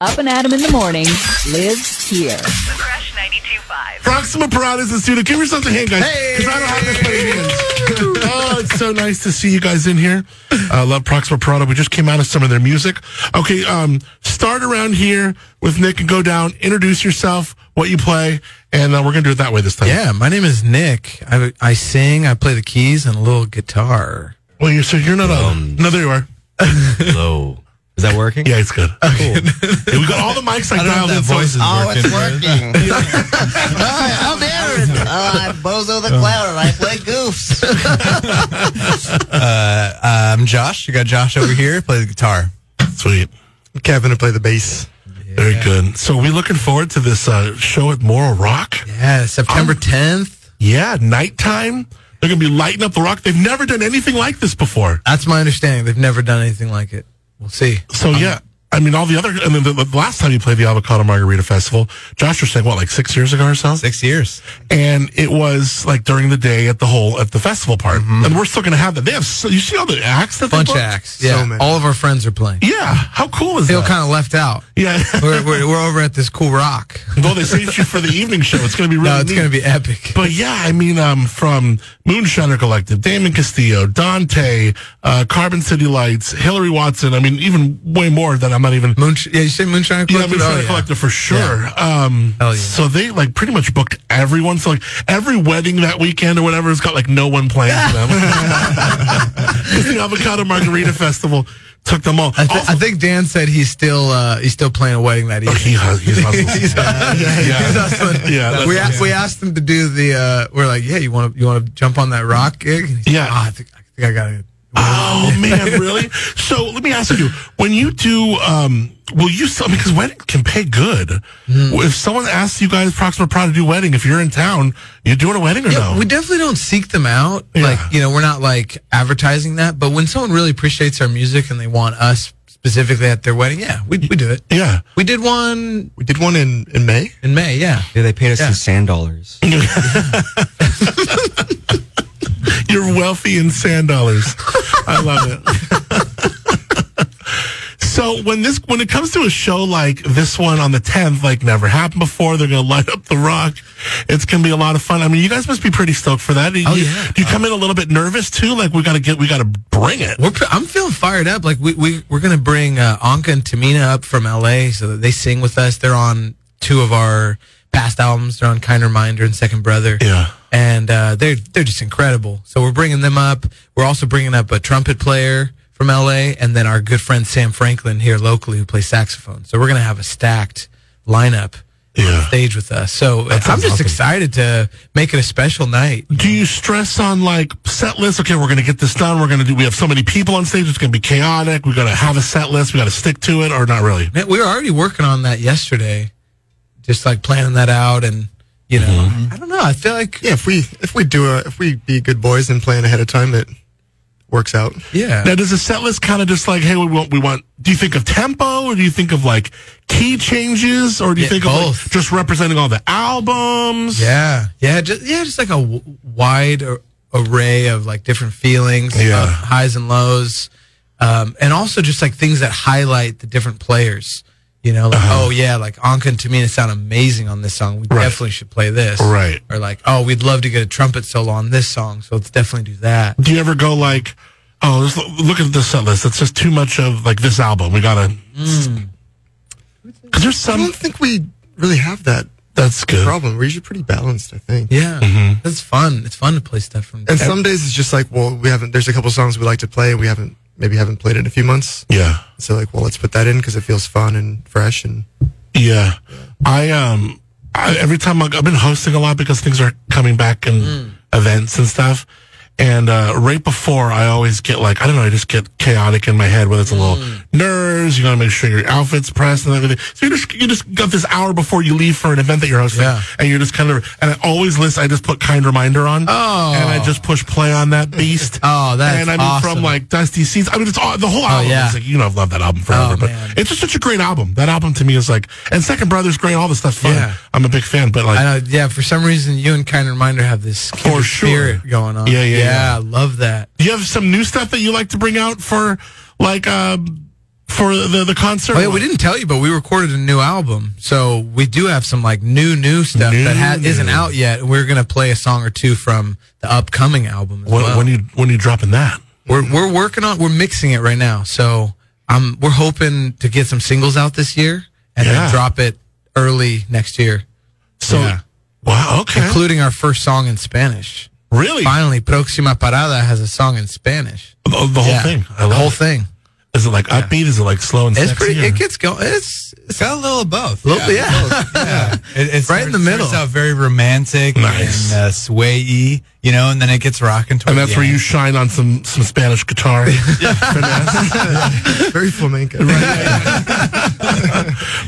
Up and Adam in the morning lives here. Fresh 92.5. Proxima Parada's in studio. Give yourself a hand, guys. Because I don't have this many hands. oh, it's so nice to see you guys in here. I love Proxima Parada. We just came out of some of their music. Okay, um, start around here with Nick and go down. Introduce yourself, what you play, and uh, we're going to do it that way this time. Yeah, my name is Nick. I, I sing, I play the keys and a little guitar. Well, you're, so you're not a. no, there you are. Um, Hello. Is that working? Yeah, it's good. Yeah, we got all the mics like dialed in. So it's- Oh, it's working. Hi, I'm Aaron. Uh, I'm Bozo the Clown, and I play Goofs. I'm Um, Josh. You got Josh over here. Play the guitar. Sweet. Kevin to play the bass. Very good. So we're looking forward to this uh, show at Moral Rock. Yeah, September 10th. Yeah, nighttime. They're going to be lighting up the rock. They've never done anything like this before. That's my understanding. They've never done anything like it. We'll see. So yeah, I mean all the other. And then the, the last time you played the Avocado Margarita Festival, Josh was saying what like six years ago or so, Six years. and it was like during the day at the whole at the festival part, and we're still going to have that. They have so, you see all the acts that Mm-hmm. Bunch they of booked? acts. Yeah. All of our friends are playing. Yeah, how cool is Feel that? kind of left out. yeah. We're, we're, we're over at this cool rock. well, they saved you for the evening show. It's going to be really. No, it's neat. going to be epic. But yeah, I mean, um, from Moonshiner Collective, Damon Castillo, Dante, uh, Carbon City Lights, Hillary Watson. I mean, even way more that I'm not even. Moonsh- yeah, you say Moonshine Yeah, Collective? Moonshiner Oh, yeah. Collective for sure. Um, Hell yeah. So they like pretty much booked everyone. So like every wedding that weekend or whatever has got like no one playing for them. 'Cause the Avocado Margarita Festival took them all. I, thi- Also- I think Dan said he's still uh, he's still playing a wedding that evening. Oh, he has, he's hustles. He's hustling. yeah, He's yeah. hustling. Yeah, that's- we a- we asked him to do the. Uh, we're like, yeah, you want to you want to jump on that rock gig? And he's like, Yeah. "Ah, I think I think I got it. Oh man, really? So let me ask you: When you do, um, will you? I mean, because weddings can pay good. Hmm. If someone asks you guys Proxima Prod to do wedding, if you're in town, you doing a wedding or Yeah, no? we definitely don't seek them out. Like you know, we're not like advertising that. But when someone really appreciates our music and they want us specifically at their wedding, yeah, we we do it. yeah. We did one We did one in, in May. in May. Yeah, Yeah, they paid us Yeah. in sand dollars. You're wealthy in sand dollars. I love it. so when this when it comes to a show like this one on the 10th, like never happened before, they're gonna light up the rock. It's gonna be a lot of fun. I mean, you guys must be pretty stoked for that. Do Oh, you, yeah. do you come in a little bit nervous too? Like we gotta get we gotta bring it. We're, I'm feeling fired up. Like we, we we're gonna bring uh, Anka and Tamina up from LA so that they sing with us. They're on two of our past albums. They're on Kind Reminder and Second Brother. Yeah. and uh, they're they're just incredible. So we're bringing them up. We're also bringing up a trumpet player from LA, and then our good friend Sam Franklin here locally who plays saxophone. So we're gonna have a stacked lineup. Yeah. On stage with us, so I'm just sounds awesome. excited to make it a special night. do you stress on like set list? Okay, we're gonna get this done. We're gonna do. We have so many people on stage. It's gonna be chaotic. We gotta have a set list. We gotta stick to it, or not really. Man, we were already working on that yesterday, just like planning that out, and you know, I don't know. I feel like Yeah, if we if we do a if we be good boys and plan ahead of time, it works out. yeah, Now, does a set list kind of just like, hey, we want, we want? Do you think of tempo, or do you think of like key changes, or do you Yeah, think of like, both. just representing all the albums? yeah, yeah, just yeah, just like a w- wide ar- array of like different feelings, Yeah. uh, highs and lows, um, and also just like things that highlight the different players. You know, like oh yeah, like Anka and Tamina sound amazing on this song. We definitely should play this, Right. Or like oh, we'd love to get a trumpet solo on this song, so let's definitely do that. Do you ever go like, oh, let's lo- look at the set list. It's just too much of like this album. We gotta. Hmm. Because there's I some don't think we really have that that's good. problem. We're usually pretty balanced, I think. Yeah, that's fun. It's fun to play stuff from. And some days it's just like, well, we haven't. There's a couple songs we like to play. We haven't maybe haven't played in a few months. Yeah. So like, well, let's put that in because it feels fun and fresh. And Yeah, I um, I, every time I, I've been hosting a lot because things are coming back and Mm. events and stuff. And uh, right before, I always get like I don't know, I just get chaotic in my head. Whether it's a Mm. little nerves, you gotta make sure your outfit's pressed and everything. So you just you just got this hour before you leave for an event that you're hosting, Yeah. and you're just kind of. And I always list. I just put kind reminder on, Oh. and I just push play on that beast. Oh, that's and I mean from awesome. Oh, like Dusty Seeds. I mean it's all, the whole album. yeah. is, like, you know I've loved that album forever, Oh, but man. it's just such a great album. That album to me is like, and Second Brother's great. All this stuff's fun. Yeah. I'm a big fan, but like, I know. Yeah, for some reason, you and Kind Reminder have this kindred sure. spirit going on. Yeah, yeah, yeah. yeah. I love that. do you have some new stuff that you like to bring out for like um, for the the concert. Oh yeah, we didn't tell you, but we recorded a new album, so we do have some like new new stuff New, that ha- isn't new. out yet. We're gonna play a song or two from the upcoming album. As When, well. when you when you dropping that? we're we're working on we're mixing it right now, so um, we're hoping to get some singles out this year and Yeah. then drop it early next year, So Yeah. wow, okay, including our first song in Spanish. really Finally, Proxima Parada has a song in Spanish. the, the whole Yeah. thing. I the love whole it. thing. Is it like upbeat? Is it like slow and It's sexy? pretty. or- It gets going. It's, it's got a little of both. Little- yeah. both, yeah. It, it's Right in the middle. Starts out very romantic, Nice. and uh, swayy, you know, and then it gets rocking. and that's where you shine on some some Spanish guitar. Very flamenco.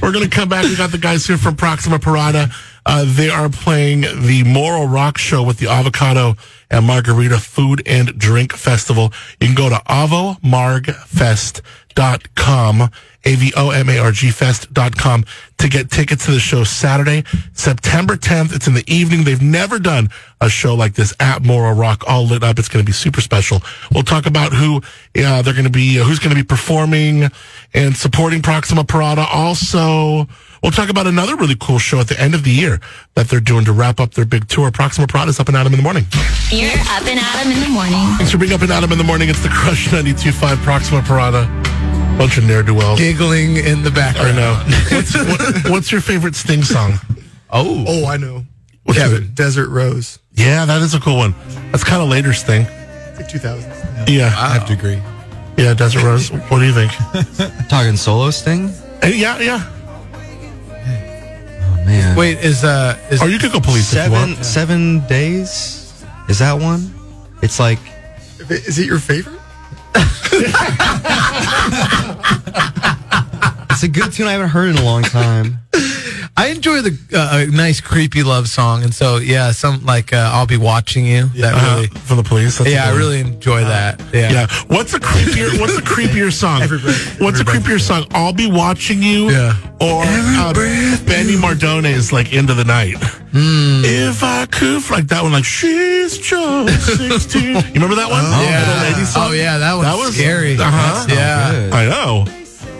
We're gonna come back. We got the guys here from Proxima Parada. Uh, they are playing the Moral Rock Show with the Avocado and Margarita Food and Drink Festival. You can go to avomargfest.com, A-V-O-M-A-R-G fest.com to get tickets to the show Saturday, September 10th. It's in the evening. They've never done a show like this at Moral Rock all lit up. It's going to be super special. We'll talk about who uh, they're going to be, who's going to be performing and supporting Proxima Parada. Also, we'll talk about another really cool show at the end of the year that they're doing to wrap up their big tour. Proxima Parada's up and at 'em in the morning. You're up and at 'em in the morning. Thanks for being up and at 'em in the morning. It's the Crush 92.5 Proxima Parada. Bunch of ne'er-do-wells. giggling in the I background. know. What's, what, what's your favorite Sting song? Oh, I know. What's Yeah, it? Desert Rose. Yeah, that is a cool one. That's kind of later Sting. It's like 2000s. Yeah, I have to agree. yeah, Desert Rose. what do you think? Talking solo sting. Uh, yeah, yeah. Oh man. Wait, is uh is Or you could go police if you seven want. seven days. Is that one? It's like Is it your favorite? it's a good tune I haven't heard in a long time. I enjoy the uh, a nice creepy love song, and so yeah, some like uh, I'll be watching you. That Uh, really, Uh-huh. from the police. that's a yeah, good I one. really enjoy that. Yeah. Yeah. What's a creepier? What's a creepier song? What's a creepier song? I'll be watching you. Yeah. Or uh, Benny Mardone's like Into the Night. Hmm. If I could, like that one, like she's just sixteen. you remember that one? Oh, Yeah. Oh yeah, that was, That was- scary. Uh-huh. Yeah, I know.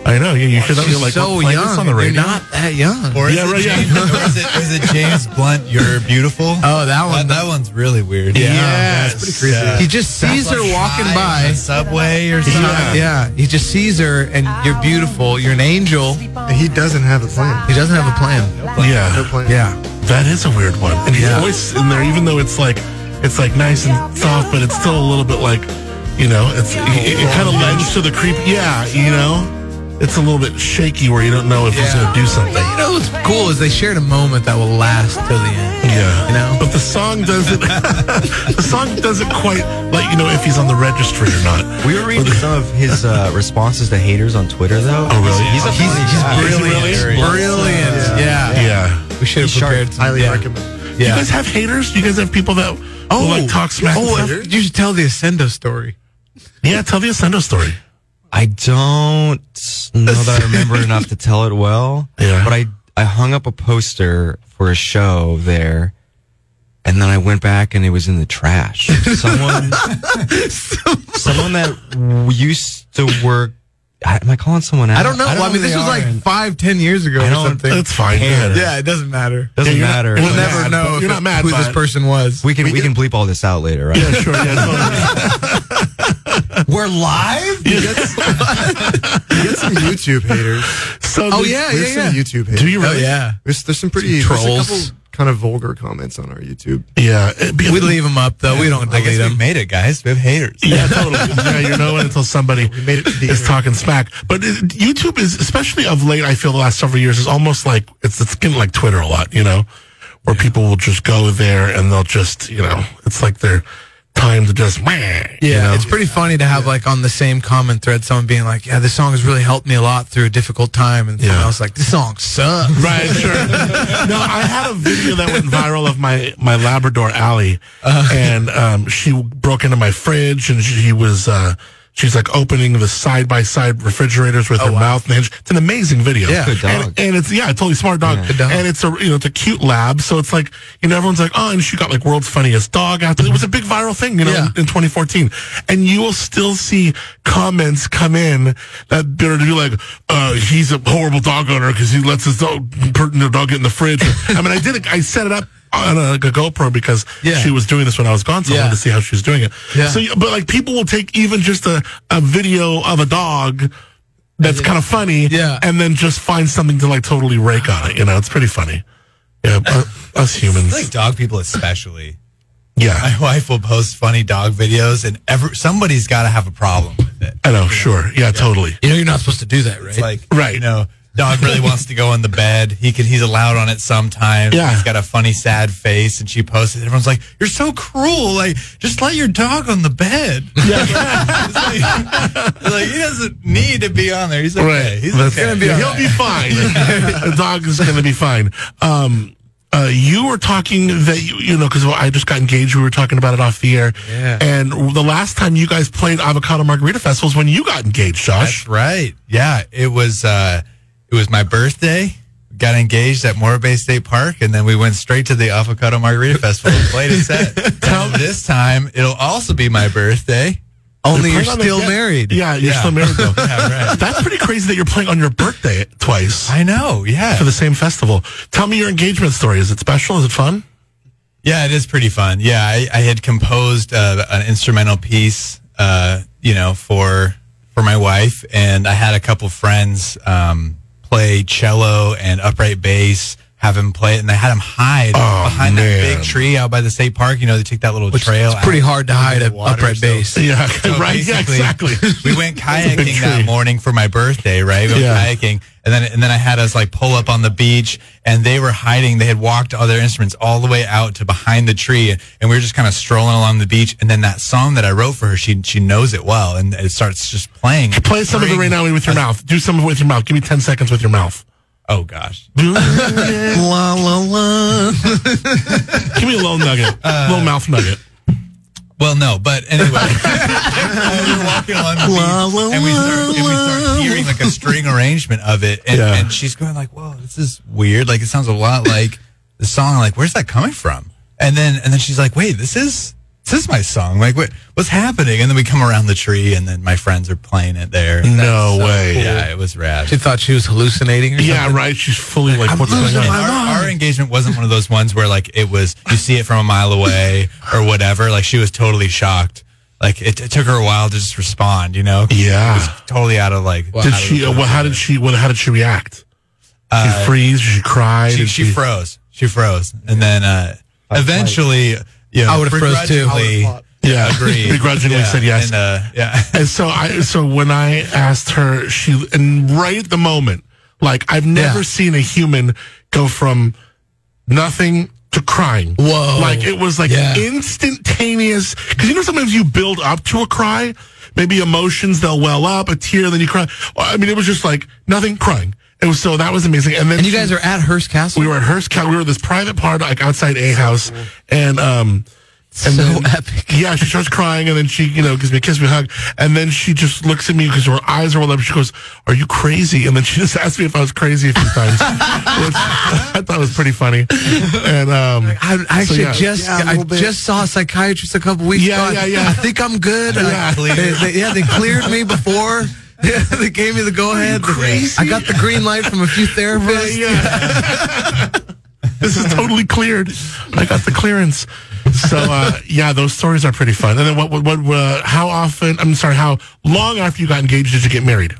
I know. Yeah, you should. she's Like, so play young. This on the You're radio. not that young. Or is Yeah, it right, yeah. James, or is it, is it James Blunt? You're beautiful. Oh, that one. that one's really weird. Yes. it's pretty creepy. He just sees her walking High on by. the subway or something. Yeah. he just sees her, and you're beautiful. You're an angel. He And he doesn't have a plan. doesn't have a plan. No Yeah. plan. Yeah, That is a weird one. And his voice in there, even though it's like, it's like nice and soft, but it's still a little bit like, you know, it's it, it kind of lends to the creep. Yeah, you know, it's a little bit shaky where you don't know if he's gonna do something. you know what's cool is they shared a moment that will last till the end. Yeah, You know? but the song doesn't. the song doesn't quite let you know if he's on the registry or not. We were reading some of his uh, responses to haters on Twitter, though. Oh, really? He's, a, he's, he's Is he brilliant. really? Brilliant. Yeah. Yeah. We should have prepared. Some, Highly yeah. recommend. Do you Yeah. guys have haters? Do you guys have people that oh, like talk smack? and Oh, stuff? you should tell the Ascendo story. yeah. Tell the Ascendo story. I don't know that I remember enough to tell it well. Yeah. But I, I hung up a poster for a show there. And then I went back and it was in the trash. Someone, someone that w- used to work. I- Am I calling someone out? I don't know. I, who mean, this they was are like and five, ten years ago I or don't- something. That's fine. go ahead. yeah, it doesn't matter. doesn't you're not- matter. we'll We'll Yeah, never but know you're if not it- mad who by this it. person was. we can we, can bleep all this out later, right? Yeah, sure. Yeah, totally. We're live. You get some YouTube haters. So oh the- yeah, There's yeah, some yeah. YouTube haters. Do you Oh really? yeah. There's, there's some pretty Some there's a trolls. couple kind of vulgar comments on our YouTube. Yeah. it'd be- We leave them up though. We don't I guess delete we them. made it, guys. We have haters. Yeah, totally. yeah, you know it until somebody made it to the is internet. talking smack. But it, YouTube is, especially of late, I feel the last several years is almost like it's it's getting like Twitter a lot, you know, where people will just go there and they'll just you know it's like their time to just yeah. You Yeah, know? it's pretty funny to have like on the same common thread someone being like, "Yeah, this song has really helped me a lot through a difficult time," and someone Yeah. else like, "This song sucks." Right, sure. no, I had a video that went viral of my my Labrador Alley, and um, she broke into my fridge, and she was uh, She's like opening the side by side refrigerators with her mouth. And it's an amazing video. Yeah. Good dog. And, and it's yeah, totally smart dog. Good dog. And it's a you know it's a cute lab. So it's like you know everyone's like oh, and she got like world's funniest dog after it was a big viral thing. You know Yeah. in, in 2014, and you will still see comments come in that they're to be like uh, he's a horrible dog owner because he lets his dog their dog get in the fridge. I mean I did it, I set it up. On a, like a GoPro because Yeah. she was doing this when I was gone, so I Yeah. wanted to see how she was doing it. Yeah. So, you- but like people will take even just a, a video of a dog that's kind of funny, Yeah. and then just find something to like totally rake on it. You know, it's pretty funny. Yeah, uh, us humans. like dog people especially. yeah, My wife will post funny dog videos, and every somebody's got to have a problem with it. I know. Sure. Yeah, totally. You know you're not supposed to do that, right? It's like Right. you know, dog really wants to go in the bed. He can he's allowed on it sometimes. Yeah. he's got a funny sad face, and she posts it. Everyone's like, "You're so cruel! Like, just let your dog on the bed." Yeah, it's like, it's like, he doesn't need to be on there. He's okay. Right. He's That's- okay. He'll be fine. the dog is going to be fine. Um, uh, you were talking that you, you know because I just got engaged. We were talking about it off the air. Yeah. And the last time you guys played Avocado Margarita Festival was when you got engaged, Josh. That's right. Yeah, it was uh it was my birthday. Got engaged at Morro Bay State Park, and then we went straight to the Avocado Margarita Festival and played a set. Now, this time, it'll also be my birthday. only you're Playing on a still jet- married. Yeah, you're Yeah. still married though. Yeah, right. That's pretty crazy that you're playing on your birthday twice. I know. Yeah. for the same festival. Tell me your engagement story. Is it special? Is it fun? Yeah, it is pretty fun. Yeah, I, I had composed uh, an instrumental piece, uh, you know, for for my wife, and I had a couple friends um, play cello and upright bass, have him play it, and I had him hide behind that big tree out by the state park. You know, they take that little Oh, Which trail. it's pretty out. hard to hide into an the water, upright so- base. Yeah, So right. Yeah, basically, exactly. We went a big kayaking that tree. morning for my birthday, right? We went Yeah. kayaking, and then and then I had us like pull up on the beach, and they were hiding. They had walked all their instruments all the way out to behind the tree, and, and we were just kind of strolling along the beach. And then that song that I wrote for her, she she knows it well, and it starts just playing. Play some of it right now with your mouth. Do some of it with your mouth. Give me 10 seconds with your mouth. Oh gosh. La la la. Give me a little nugget. Uh, little mouth nugget. Well, no, but anyway, we were walking along the beach, La, la, and, we start, la, and we start hearing like a string arrangement of it, and, Yeah. and she's going like, "Whoa, this is weird. Like, it sounds a lot like the song. Like, where's that coming from?" And then, and then she's like, "Wait, this is this is my song. Like, what what's happening?" And then we come around the tree, and then my friends are playing it there. And No that's so way. cool. Yeah, it was rad. She thought she was hallucinating or something. Yeah, right. She's fully like, what's going And on? our, our engagement wasn't one of those ones where like it was you see it from a mile away or whatever. Like she was totally shocked. Like it, it took her a while to just respond. You know? Yeah. It was totally out of like. Did she, uh, well, how did she, what, how did she react? she freeze? She cry? Uh, She, Did she froze. She froze, and then uh, eventually, yeah, I would've froze too. begrudgingly- Yeah. agreed. Begrudgingly Yeah, said yes. And, uh, yeah. And so I so when I asked her, she and right at the moment, like I've never Yeah. seen a human go from nothing to crying. Whoa. Like it was like Yeah. instantaneous. Because you know sometimes you build up to a cry, maybe emotions they'll well up, a tear, then you cry. I mean, it was just like nothing crying. It was so that was amazing. And then And you she- guys are at Hearst Castle. we were at Hearst Cal. We were at this private party like outside a house, and um, and So then- epic. Yeah, she starts crying, and then she you know gives me a kiss, we hug, and then she just looks at me because her eyes are all up. She goes, "Are you crazy?" And then she just asked me if I was crazy a few times, which I thought was pretty funny. And um, I, I so, actually yeah. just Yeah, a I little bit. just saw a psychiatrist a couple weeks Yeah, ago. yeah, yeah. I think I'm good. I- Yeah. they, they- yeah, they cleared me before. Yeah, they gave me the go ahead. crazy? I got the green light from a few therapists. Yeah. this is totally cleared. I got the clearance. So uh, yeah, those stories are pretty fun. And then what? What? what uh, how often? I'm sorry. How long after you got engaged did you get married?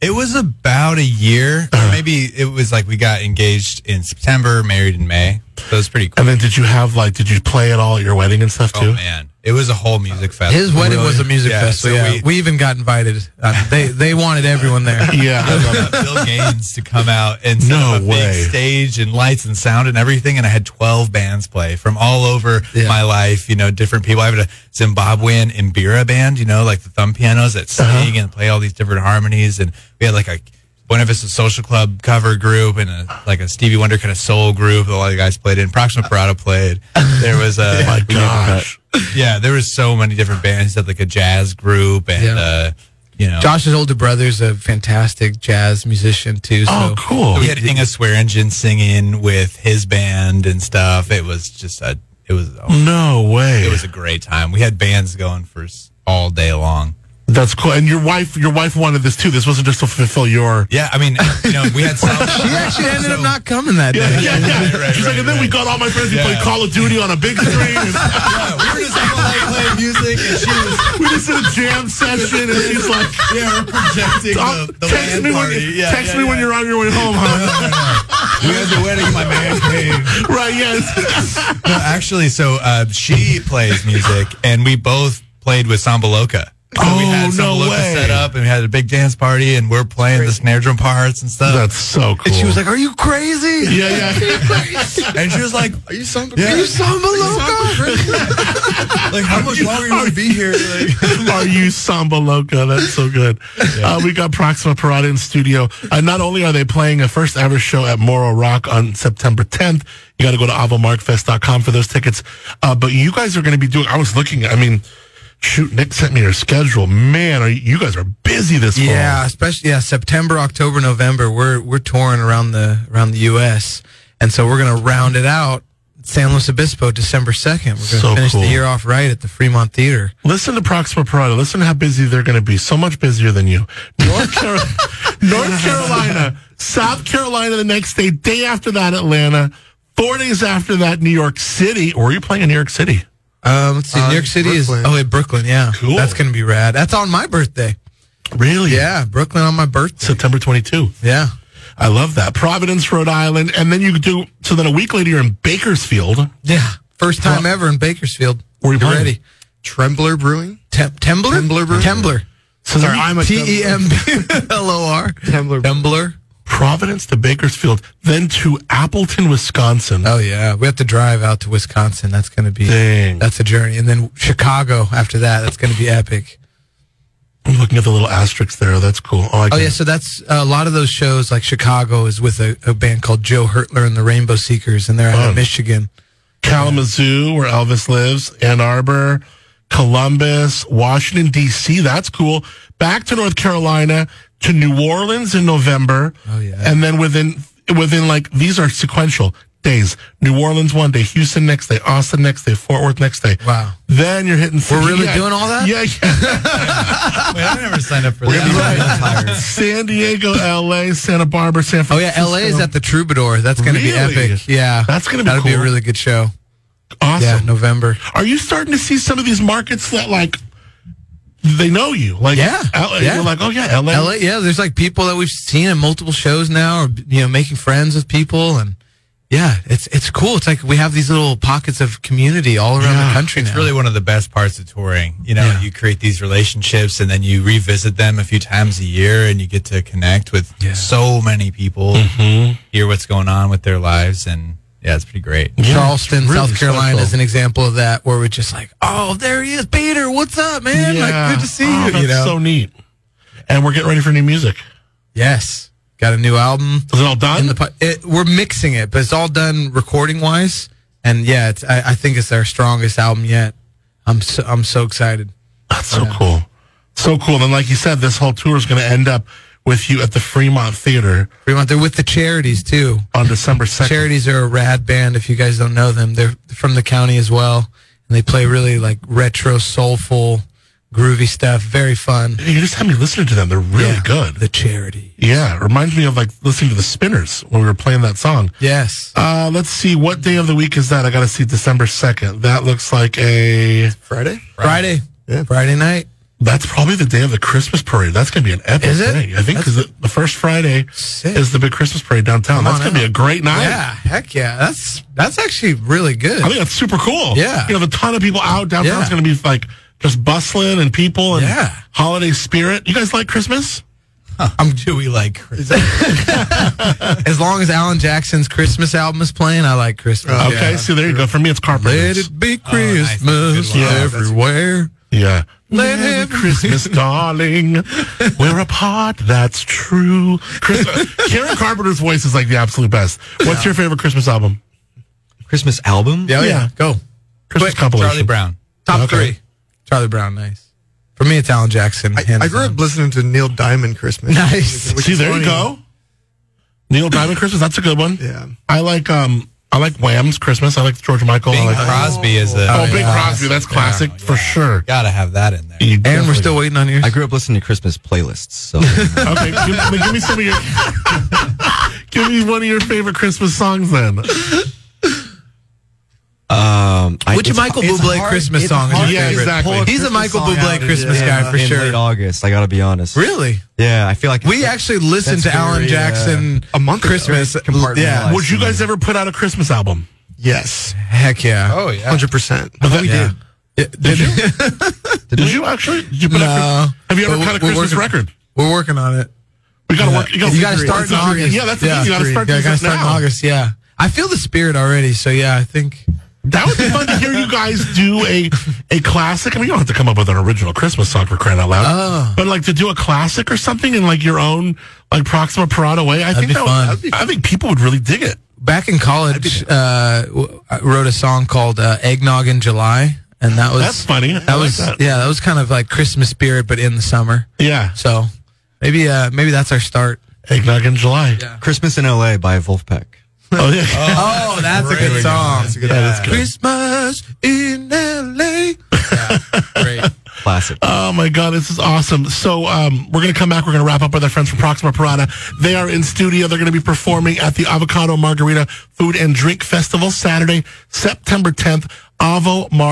It was about a year. Or maybe it was like we got engaged in September, married in May. So it was pretty cool. And then did you have like did you play at all at your wedding and stuff too? Oh man, it was a whole music festival. His wedding was a music Yeah, festival. so yeah. we- we, even got invited. Um, they they wanted everyone there. Yeah, I love got Bill Gaines to come out and set No up a way. big stage and lights and sound and everything. And I had 12 bands play from all over Yeah. my life, you know, different people. I had a Zimbabwean Uh-huh. Imbira band, you know, like the thumb pianos that sing and play all these different harmonies. And we had like a Buena Vista Social Club cover group and a, like a Stevie Wonder kind of soul group. that A lot of guys played in. Proxima Parada played. There was a My gosh. yeah. There was so many different bands that like a jazz group and Yeah. uh, you know Josh's older brother's a fantastic jazz musician too. So Oh, cool. we had Inga Swearingen singing with his band and stuff. It was just a it was oh, No way. it was a great time. We had bands going for s- all day long. That's cool. And your wife, your wife wanted this too. This wasn't just to fulfill your. Yeah, I mean, you know, we had South. She actually ended up not coming that day. Yeah, yeah, yeah. Right, right, She's like, right, and then we right. got all my friends. We Yeah. played Call of Duty on a big screen. and Yeah, we were just like, all night playing music, and she was we just did a jam session, and she's like, yeah, we're projecting "Oh, the, the "Text land me party. when you yeah, text yeah, me yeah. when you're on your way home, huh?" We had the wedding in my man's cave. right? Yes. No, actually, so uh, she plays music, and we both played with Samba Loca. So we Oh, had no Samba Loca way. set up, and we had a big dance party, and we're playing the snare drum parts and stuff. That's so cool. And she was like, "Are you crazy? "Yeah, yeah." and she was like, Are you some? Yeah. You sound loco." like, how much longer are you going to be here? Like, Are you samba loca? That's so good. Uh, we got Proxima Parada in studio. Uh, not only are they playing a first ever show at Morro Rock on September 10th, you got to go to avamarkfest.com for those tickets. Uh, but you guys are going to be doing, I was looking, I mean, shoot, Nick sent me your schedule. Man, are you, you guys are busy this fall. Yeah, especially yeah, September, October, November. We're we're touring around the around the U.S. and so we're gonna round it out. San Luis Obispo, December second. We're gonna So finish cool. the year off right at the Fremont Theater. Listen to Proxima Parada. Listen to how busy they're going to be. So much busier than you. North, Carol- North Carolina, South Carolina the next day, day after that, Atlanta, four days after that, New York City. Or are you playing in New York City? Um, let's see, Uh, New York City Brooklyn. is oh, in Brooklyn. Yeah, Cool. That's gonna be rad. That's on my birthday. Really? Yeah, Brooklyn on my birthday. September 22. Yeah. I love that. Providence, Rhode Island. And then you do, so then a week later, you're in Bakersfield. Yeah. First time ever in Bakersfield. Were you Get playing? ready? Trembler Brewing. Tem- Tembler? Tembler Brew? Tembler. So there I'm a T E M B L O R. Tembler. Tembler. Providence to Bakersfield, then to Appleton, Wisconsin. Oh yeah, we have to drive out to Wisconsin. That's going to be Dang. that's a journey, and then Chicago after that. That's going to be epic. I'm looking at the little asterisks there. That's cool. Oh, I Oh can- yeah, so that's a lot of those shows. Like Chicago is with a, a band called Joe Hurtler and the Rainbow Seekers, and they're out Fun. of Michigan. Kalamazoo, where Elvis lives, Ann Arbor, Columbus, Washington, D.C. That's cool. Back to North Carolina, to New Orleans in November. Oh, yeah. And then within, within like, these are sequential days. New Orleans one day, Houston next day, Austin next day, Fort Worth next day. Wow. Then you're hitting. We're really doing all that? Yeah, yeah. Wait, I never signed up for We're gonna be that. tired. San Diego, L.A., Santa Barbara, San Oh yeah, Francisco. L.A. is at the Troubadour. That's going to be Really? epic. Yeah, That's gonna be that'll be a cool. really good show. Yeah, Awesome. November. Are you starting to see some of these markets that like they know you? Like Yeah, LA, yeah. you're like, oh yeah, LA. L.A. Yeah, there's like people that we've seen in multiple shows now, or you know, making friends with people, and yeah, it's it's cool. It's like we have these little pockets of community all around Yeah, the country Ah, It's now. really one of the best parts of touring. You know, Yeah. you create these relationships and then you revisit them a few times a year and you get to connect with Yeah. Mm-hmm. so many people, hear what's going on with their lives. And yeah, it's pretty great. Yeah, Charleston, it's really South Carolina special. is an example of that where we're just like, oh, there he is, Peter. What's up, man? Yeah. Like, good to see Oh, you. That's you know? so neat. And we're getting ready for new music. yes. Got a new album. Is it all done? In the pi- it, we're mixing it, but it's all done recording wise. And yeah, it's, I, I think it's our strongest album yet. I'm so, I'm so excited. That's so cool. So cool. And like you said, this whole tour is going to end up with you at the Fremont Theater Fremont, they're with the charities too. on December 2nd. Charities are a rad band. If you guys don't know them, they're from the county as well, and they play really like retro, soulful, groovy stuff. Very fun. You just had me listening to them. They're really Yeah. good. The charity. yeah. It reminds me of like listening to the Spinners when we were playing that song. Yes. Uh, let's see. What day of the week is that? I got to see December 2nd. That looks like a. Friday. Friday. Yeah. Friday night. That's probably the day of the Christmas parade. That's going to be an epic Is it? thing. I think because the, the first Friday Sick. is the big Christmas parade downtown. That's on going to be a out. great night. yeah, heck yeah. That's that's actually really good. I think that's super cool. Yeah. You have a ton of people out. Downtown's Yeah. going to be like just bustling and people and Yeah. holiday spirit. You guys like Christmas? I'm do we like Chris? as long as Alan Jackson's Christmas album is playing, I like Christmas. Okay. Yeah. So there you go. For me, it's Let carpenters. it be Oh, nice. That's a good Christmas one. everywhere. Yeah. Let Merry him- Christmas, darling. We're apart. That's true. Chris, Karen Carpenter's voice is like the absolute best. What's your favorite Christmas album? Christmas album? Yeah, oh yeah. Yeah. Go. Christmas Quick, compilation. Charlie Brown. Top Okay. three. Charlie Brown, nice. For me, it's Alan Jackson. I, hands I grew down. up listening to Neil Diamond Christmas. Nice. Which See, is there funny. you go. Neil Diamond Christmas. That's a good one. Yeah. I like um I like Wham's Christmas. I like George Michael. I Bing like Crosby is a. Oh, yeah. Big Crosby. That's classic for sure. Gotta have that in there. You And we're definitely- still waiting on yours. I grew up listening to Christmas playlists, so okay. Give, give me some of your. give me one of your favorite Christmas songs then. um, I- Which it's- Michael it's Bublé hard- Christmas it's song is hard your to favorite? exactly. pull a He's a Christmas Michael song out Bublé of it. Christmas Yeah. guy for in sure. late August? I gotta be honest. Really? Yeah, I feel like We actually listened That's to Alan very, Jackson uh, a month ago. Christmas. Yeah. Would you guys ever put out a Christmas album? Yes. Heck yeah. Oh yeah. Hundred percent. But we Yeah. Yeah, did you? Did, you actually? Did you put out No. Christ- have you ever But cut a we're Christmas working- record? We're working on it. We gotta work. You gotta, You got to start in Yeah, August. Yeah, that's the thing. You gotta start. Yeah, doing gotta this start in now. August. Yeah. I feel the spirit already. So yeah, I think. That would be fun to hear you guys do a a classic. I mean, you don't have to come up with an original Christmas song for crying out loud, Ah. but like to do a classic or something in like your own like Proxima Parada way. I think be that would, fun. that'd be- I think people would really dig it. back in college, uh, w- I wrote a song called uh, "Eggnog in July," and that was That's funny. I That like was that. yeah, that was kind of like Christmas spirit, but in the summer. Yeah, So maybe uh, maybe that's our start. eggnog in July. Christmas in LA by Wolfpack. Oh yeah, Oh, that's a good song. That's a good yeah, that's good. Christmas in L.A. Yeah, great. Classic. Uh, Oh my God, this is awesome. So um, we're going to come back. We're going to wrap up with our friends from Proxima Parada. They are in studio. They're going to be performing at the Avocado Margarita Food and Drink Festival Saturday, September 10th,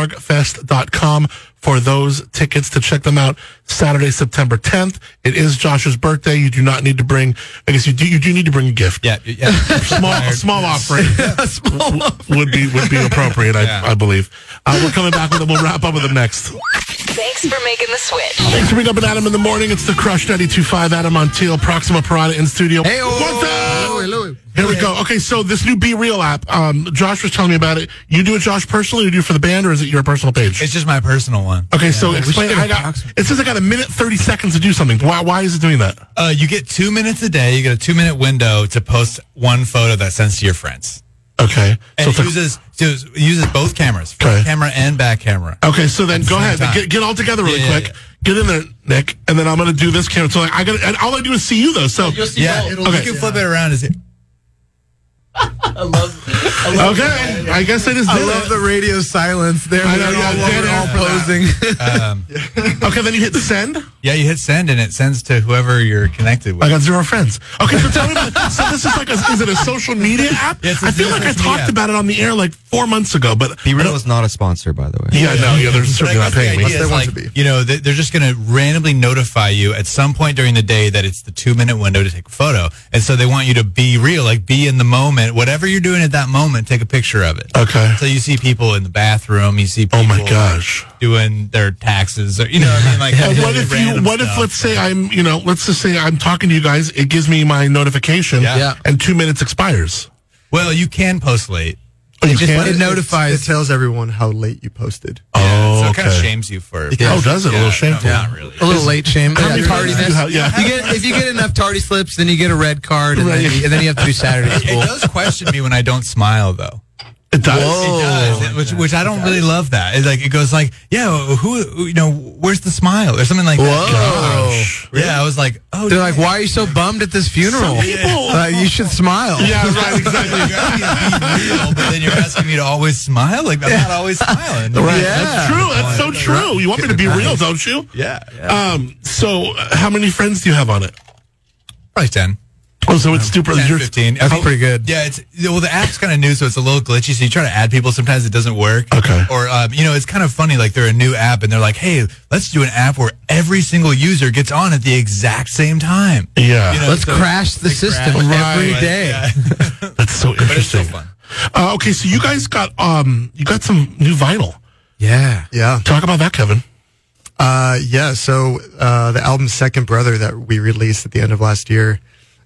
avomargfest.com for those tickets to check them out Saturday, September 10th. It is Josh's birthday. You do not need to bring, I guess you do, you do need to bring a gift. Yeah. yeah. Small, a small offering would be would be appropriate, Yeah. I, I believe. Uh, we're coming back with it. We'll wrap up with them next. Thanks for making the switch. Thanks for being up and Adam in the morning. It's the Crush 92.5 Adam Montiel, Proxima Parada in studio. Hey, What's up? Here we go. Okay, so this new Be Real app, um, Josh was telling me about it. You do it, Josh, personally, or you do it for the band, or is it your personal page? It's just my personal one. okay, so explain. get a I got, Proxima. it says I got a minute, 30 seconds to do something. Why, why is it doing that? Uh, you get two minutes a day. You get a two minute window to post one photo that sends to your friends. Okay. And it's it like- uses uses it uses both cameras, front Okay. camera and back camera. okay, so then go same ahead. time. Get, get all together really Yeah, yeah, quick. yeah. Get in there, Nick, and then I'm going to do this camera. So like, I got, and all I do is see you, though. So Yeah, Okay. you can flip it around. Is it? Okay, I guess I just did I love it. the radio silence. There I we know, are, yeah, all, dead we're air all for that. posing. Um, Okay, then you hit send. Yeah, you hit send and it sends to whoever you're connected with. I got zero friends. Okay, so tell me about so this is like a, is it a social media app? Yeah, it's a I feel like I social talked media. about it on the air like four months ago, but Be I Real uh, don't- is not a sponsor, by the way. Yeah, no, yeah, they're certainly not That's the paying idea, me. is want to like, be. You know, they- they're just going to randomly notify you at some point during the day that it's the two minute window to take a photo. And so they want you to be real, like be in the moment. Whatever you're doing at that moment, take a picture of it. Okay. So you see people in the bathroom. You see people Oh my gosh. like, doing their taxes. Or, you know what I mean? Like, And really what if you? random What if stuff. let's say I'm you know let's just say I'm talking to you guys. It gives me my notification, Yeah. Yeah. and two minutes expires. Well, you can post late. Oh, you just- can't. it notifies- It tells everyone how late you posted. oh, so it okay. kind of shames you for. Oh, does it? A little shameful. Not really. a little late, shame. How many parties do you have? Yeah. You get, if you get enough tardy slips, then you get a red card, and, Right. then, you, and then you have to do Saturday school. It does question me when I don't smile though. It does. It does, it- which, which I don't really love that. It's like it goes like, yeah, who, you know, where's the smile or something like that. Gosh. Yeah, I was like, oh, They're like, why are you so bummed at this funeral? Some people- Uh, you should smile. Yeah, right. Exactly. you're asking me to be real, but then you're asking me to always smile. Like I'm not always smiling. Right. Yeah. That's true. That's so true. You want me to be real, don't you? Yeah. Um. So, uh, how many friends do you have on it? Probably ten. Oh, so it's super. 10, you're- 15. That's pretty good. Yeah, it's well the app's kind of new, so it's a little glitchy. So you try to add people, sometimes it doesn't work. Okay. Or um, you know, it's kind of funny. Like they're a new app, and they're like, "Hey, let's do an app where every single user gets on at the exact same time." Yeah. You know, Let's so- crash the system every Right, day. yeah. That's so But it's interesting. still fun. Uh, okay, so you guys got um, you got some new vinyl. Yeah. Yeah. Talk about that, Kevin. Uh, yeah. So uh, the album Second Brother that we released at the end of last year,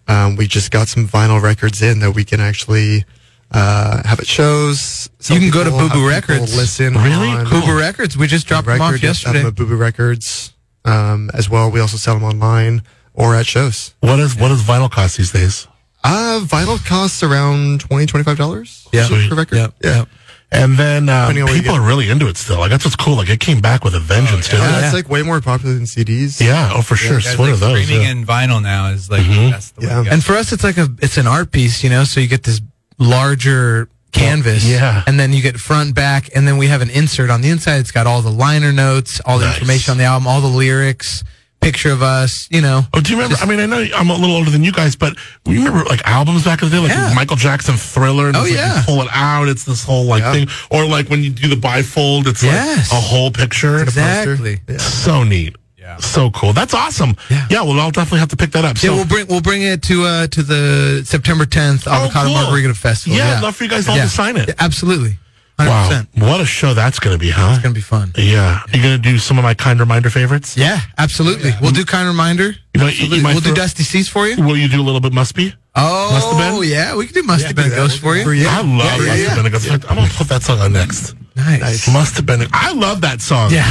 um, we just got some vinyl records in that we can actually uh, have at shows. Some You can go to people- Boo Boo have people Records. Listen, Really? on- Cool. Booba Records. We just dropped them off Record, yes, yesterday. At Boo Boo Records um, as well. We also sell them online or at shows. What is what does vinyl cost these days? Uh, vinyl costs around $20, $25 Yeah. per record. Yep, Yeah. yep. And then um, Depending on what you people get. are really into it still. Like that's what's cool. Like it came back with a vengeance, yeah. didn't Yeah, it? it's like way more popular than CDs. Yeah, oh for sure. Guys, it's one like, of those. Streaming yeah. and vinyl now is like that's the way. Yeah. to go. Mm-hmm. And for us, it's like a it's an art piece, you know. So you get this larger canvas, yeah. and then you get front, back, and then we have an insert on the inside. It's got all the liner notes, all the Nice. information on the album, all the lyrics, picture of us, you know. Oh, do you remember? I mean, I know I'm a little older than you guys, but you remember like albums back in the day, like Yeah. Michael Jackson Thriller. And Oh, it's, like, yeah. you pull it out. It's this whole like Yeah. thing, or like when you do the bifold, it's Yes. like a whole picture. Exactly. Yeah. So neat. Yeah. So cool. That's awesome. Yeah. Well, I'll definitely have to pick that up. So, we'll bring we'll bring it to uh to the September 10th Avocado Oh, cool. Margarita Festival. Yeah, I'd love for you guys all to sign it. Yeah, absolutely, hundred wow, percent. what a show that's going to be, huh? It's gonna be fun. yeah. You're going to do some of my kind reminder favorites. Yeah, absolutely. We'll do kind reminder. You know, you- you Absolutely. might we'll do throw- Dusty Seas for you. Will you do a little bit must be? Oh, Must've been? yeah, we can do must have been a ghost for you. I love yeah, Must yeah. Have Been a Ghost. In fact, I'm going to put that song on next. Nice. Must Have Been. a- I love that song. Yeah.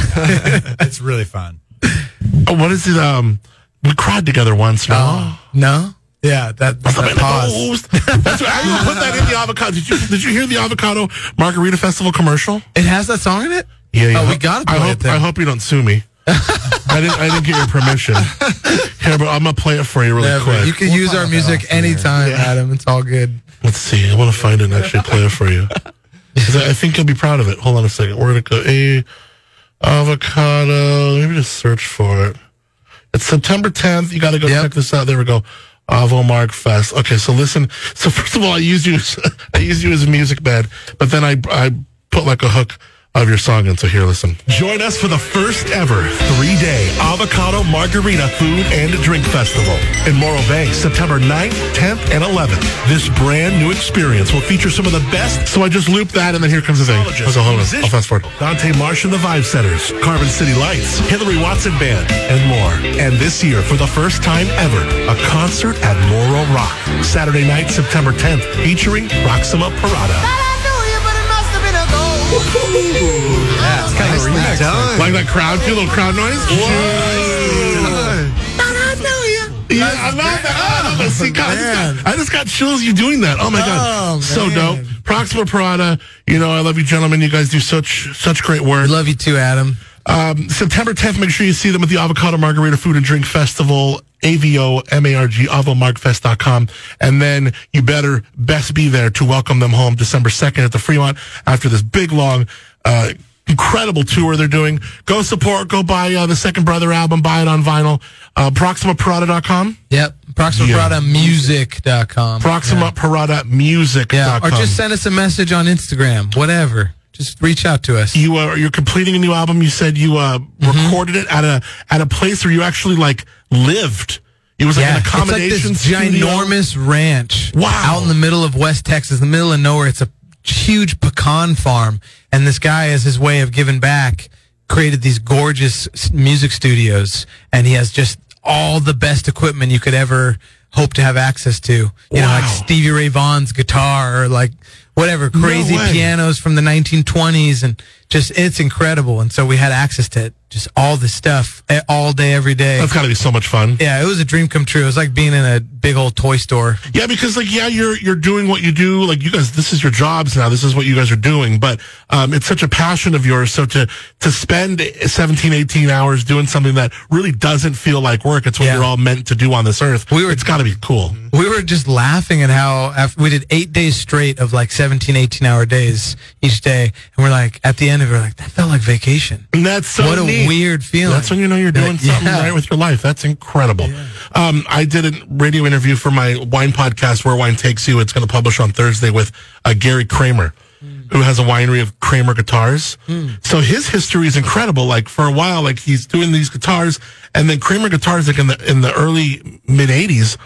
it's really fun. Oh, what is it? Um, we cried together once. No. Oh. No. Yeah. That, Must have been a oh, ghost. That's right. I'm gonna put that in the avocado. Did you did you hear the avocado margarita festival commercial? It has that song in it. Oh, we gotta play I hope it then. I hope you don't sue me. I didn't I didn't get your permission. Here, but I'm gonna play it for you really Never. quick. You can use our music anytime, Adam. It's all good. Let's see. I want to find it and actually play it for you. 'Cause I I think you'll be proud of it. Hold on a second. We're going to go a avocado. Maybe just search for it. It's September 10th. You got to go Yep. check this out. There we go. Avomark Fest. Okay, so listen. So first of all, I used you. as- I used you as a music bed, but then I I put like a hook of your song in. So here, listen. Join us for the first ever three-day avocado margarita food and drink festival in Morro Bay, September 9th, 10th, and 11th. This brand new experience will feature some of the best. So I just looped that, and then here comes the thing. Okay, hold on. I'll fast forward. Dante Marsh and the Vibe Centers, Carbon City Lights, Hillary Watson Band, and more. And this year, for the first time ever, a concert at Moro Rock. Saturday night, September 10th, featuring Proxima Parada. Nicely done. Like that crowd, cute little crowd noise. Yeah, I love that. Oh, let's see, God, I, just got, I just got chills you doing that. Oh my God, so dope. Proxima Parada, you know I love you, gentlemen. You guys do such such great work. We love you too, Adam. Um, September 10th, make sure you see them at the Avocado Margarita Food and Drink Festival, AVO, M-A-R-G, avomargfest.com. And then you better best be there to welcome them home December 2nd at the Fremont after this big, long, uh, incredible tour they're doing. Go support, go buy uh, the Second Brother album, buy it on vinyl. Uh, ProximaParada.com, Yep. ProximaParadaMusic.com. ProximaParadaMusic.com. Yeah. Or just send us a message on Instagram. Whatever. Just reach out to us. you uh, you're completing a new album. You said you uh, Mm-hmm. recorded it at a at a place where you actually like lived. It was like an accommodation It's like this studio. ginormous ranch. Wow. Out in the middle of West Texas, the middle of nowhere. It's a huge pecan farm. And this guy, as his way of giving back, created these gorgeous s- music studios. And he has just all the best equipment you could ever hope to have access to. You know, Wow. like Stevie Ray Vaughan's guitar or like whatever crazy way. pianos from the 1920s and just it's incredible and so we had access to just all this stuff eh, all day every day That's got to be so much fun. Yeah. yeah, it was a dream come true. It was like being in a big old toy store. because like yeah, you're you're doing what you do. Like you guys, this is your jobs now. This is what you guys are doing. But um, it's such a passion of yours. So to to spend 17, 18 hours doing something that really doesn't feel like work. It's what Yeah. you're all meant to do on this earth. We were- it's got to be cool. We were just laughing at how after we did eight days straight of like 17, 18 hour days each day. And we're like, at the end of it, we're like, that felt like vacation. And that's so what a neat. weird feeling. That's when you know you're doing Yeah. something right with your life. That's incredible. Um, I did a radio interview for my wine podcast, Where Wine Takes You. It's going to publish on Thursday with uh, Gary Kramer, Hmm. who has a winery of Kramer guitars. So his history is incredible. Like for a while, like he's doing these guitars, and then Kramer guitars, like in the in the early mid '80s,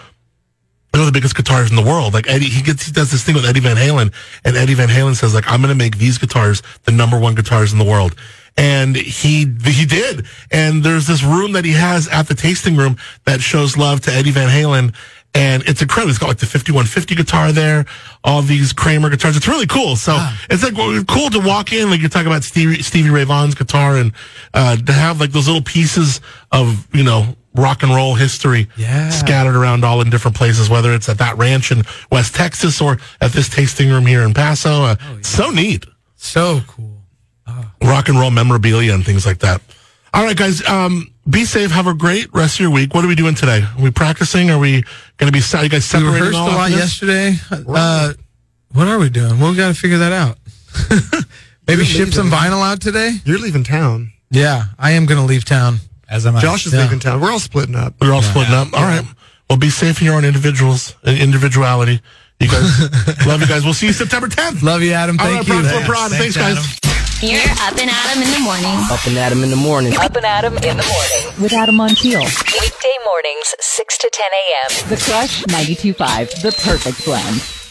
one of the biggest guitars in the world. Like Eddie, he gets he does this thing with Eddie Van Halen, and Eddie Van Halen says like I'm going to make these guitars the number one guitars in the world, and he he did. And there's this room that he has at the tasting room that shows love to Eddie Van Halen. and it's incredible. It's got like the 5150 guitar there, all these Kramer guitars. It's really cool. So it's like well, cool to walk in, like you're talking about Stevie, Stevie Ray Vaughan's guitar, and uh, to have like those little pieces of you know rock and roll history Yeah. scattered around all in different places, whether it's at that ranch in West Texas or at this tasting room here in Paso. Uh, So neat So cool. rock and roll memorabilia and things like that. All right, guys. Um, be safe. Have a great rest of your week. What are we doing today? Are we practicing? Are we going to be? se- Are you guys We separating? rehearsed a all after lot this? yesterday. Uh, what are we doing? Well, we got to figure that out. Maybe ship some vinyl out today. You're leaving town. Yeah, I am going to leave town. As am I. Josh is Yeah. leaving town. We're all splitting up. We're all splitting up. All right. Well, be safe in your own individuals, uh, individuality. You guys, love you guys. We'll see you September 10th. Love you, Adam. All right, Thank you. Bronx Lab Pride. Thanks, Thanks, guys. Adam. You're up and Adam in the morning. Up and at him in the morning. Up and Adam in the morning. with Adam Montiel. Weekday mornings, 6 to 10 a.m. The Crush 92.5, the perfect blend.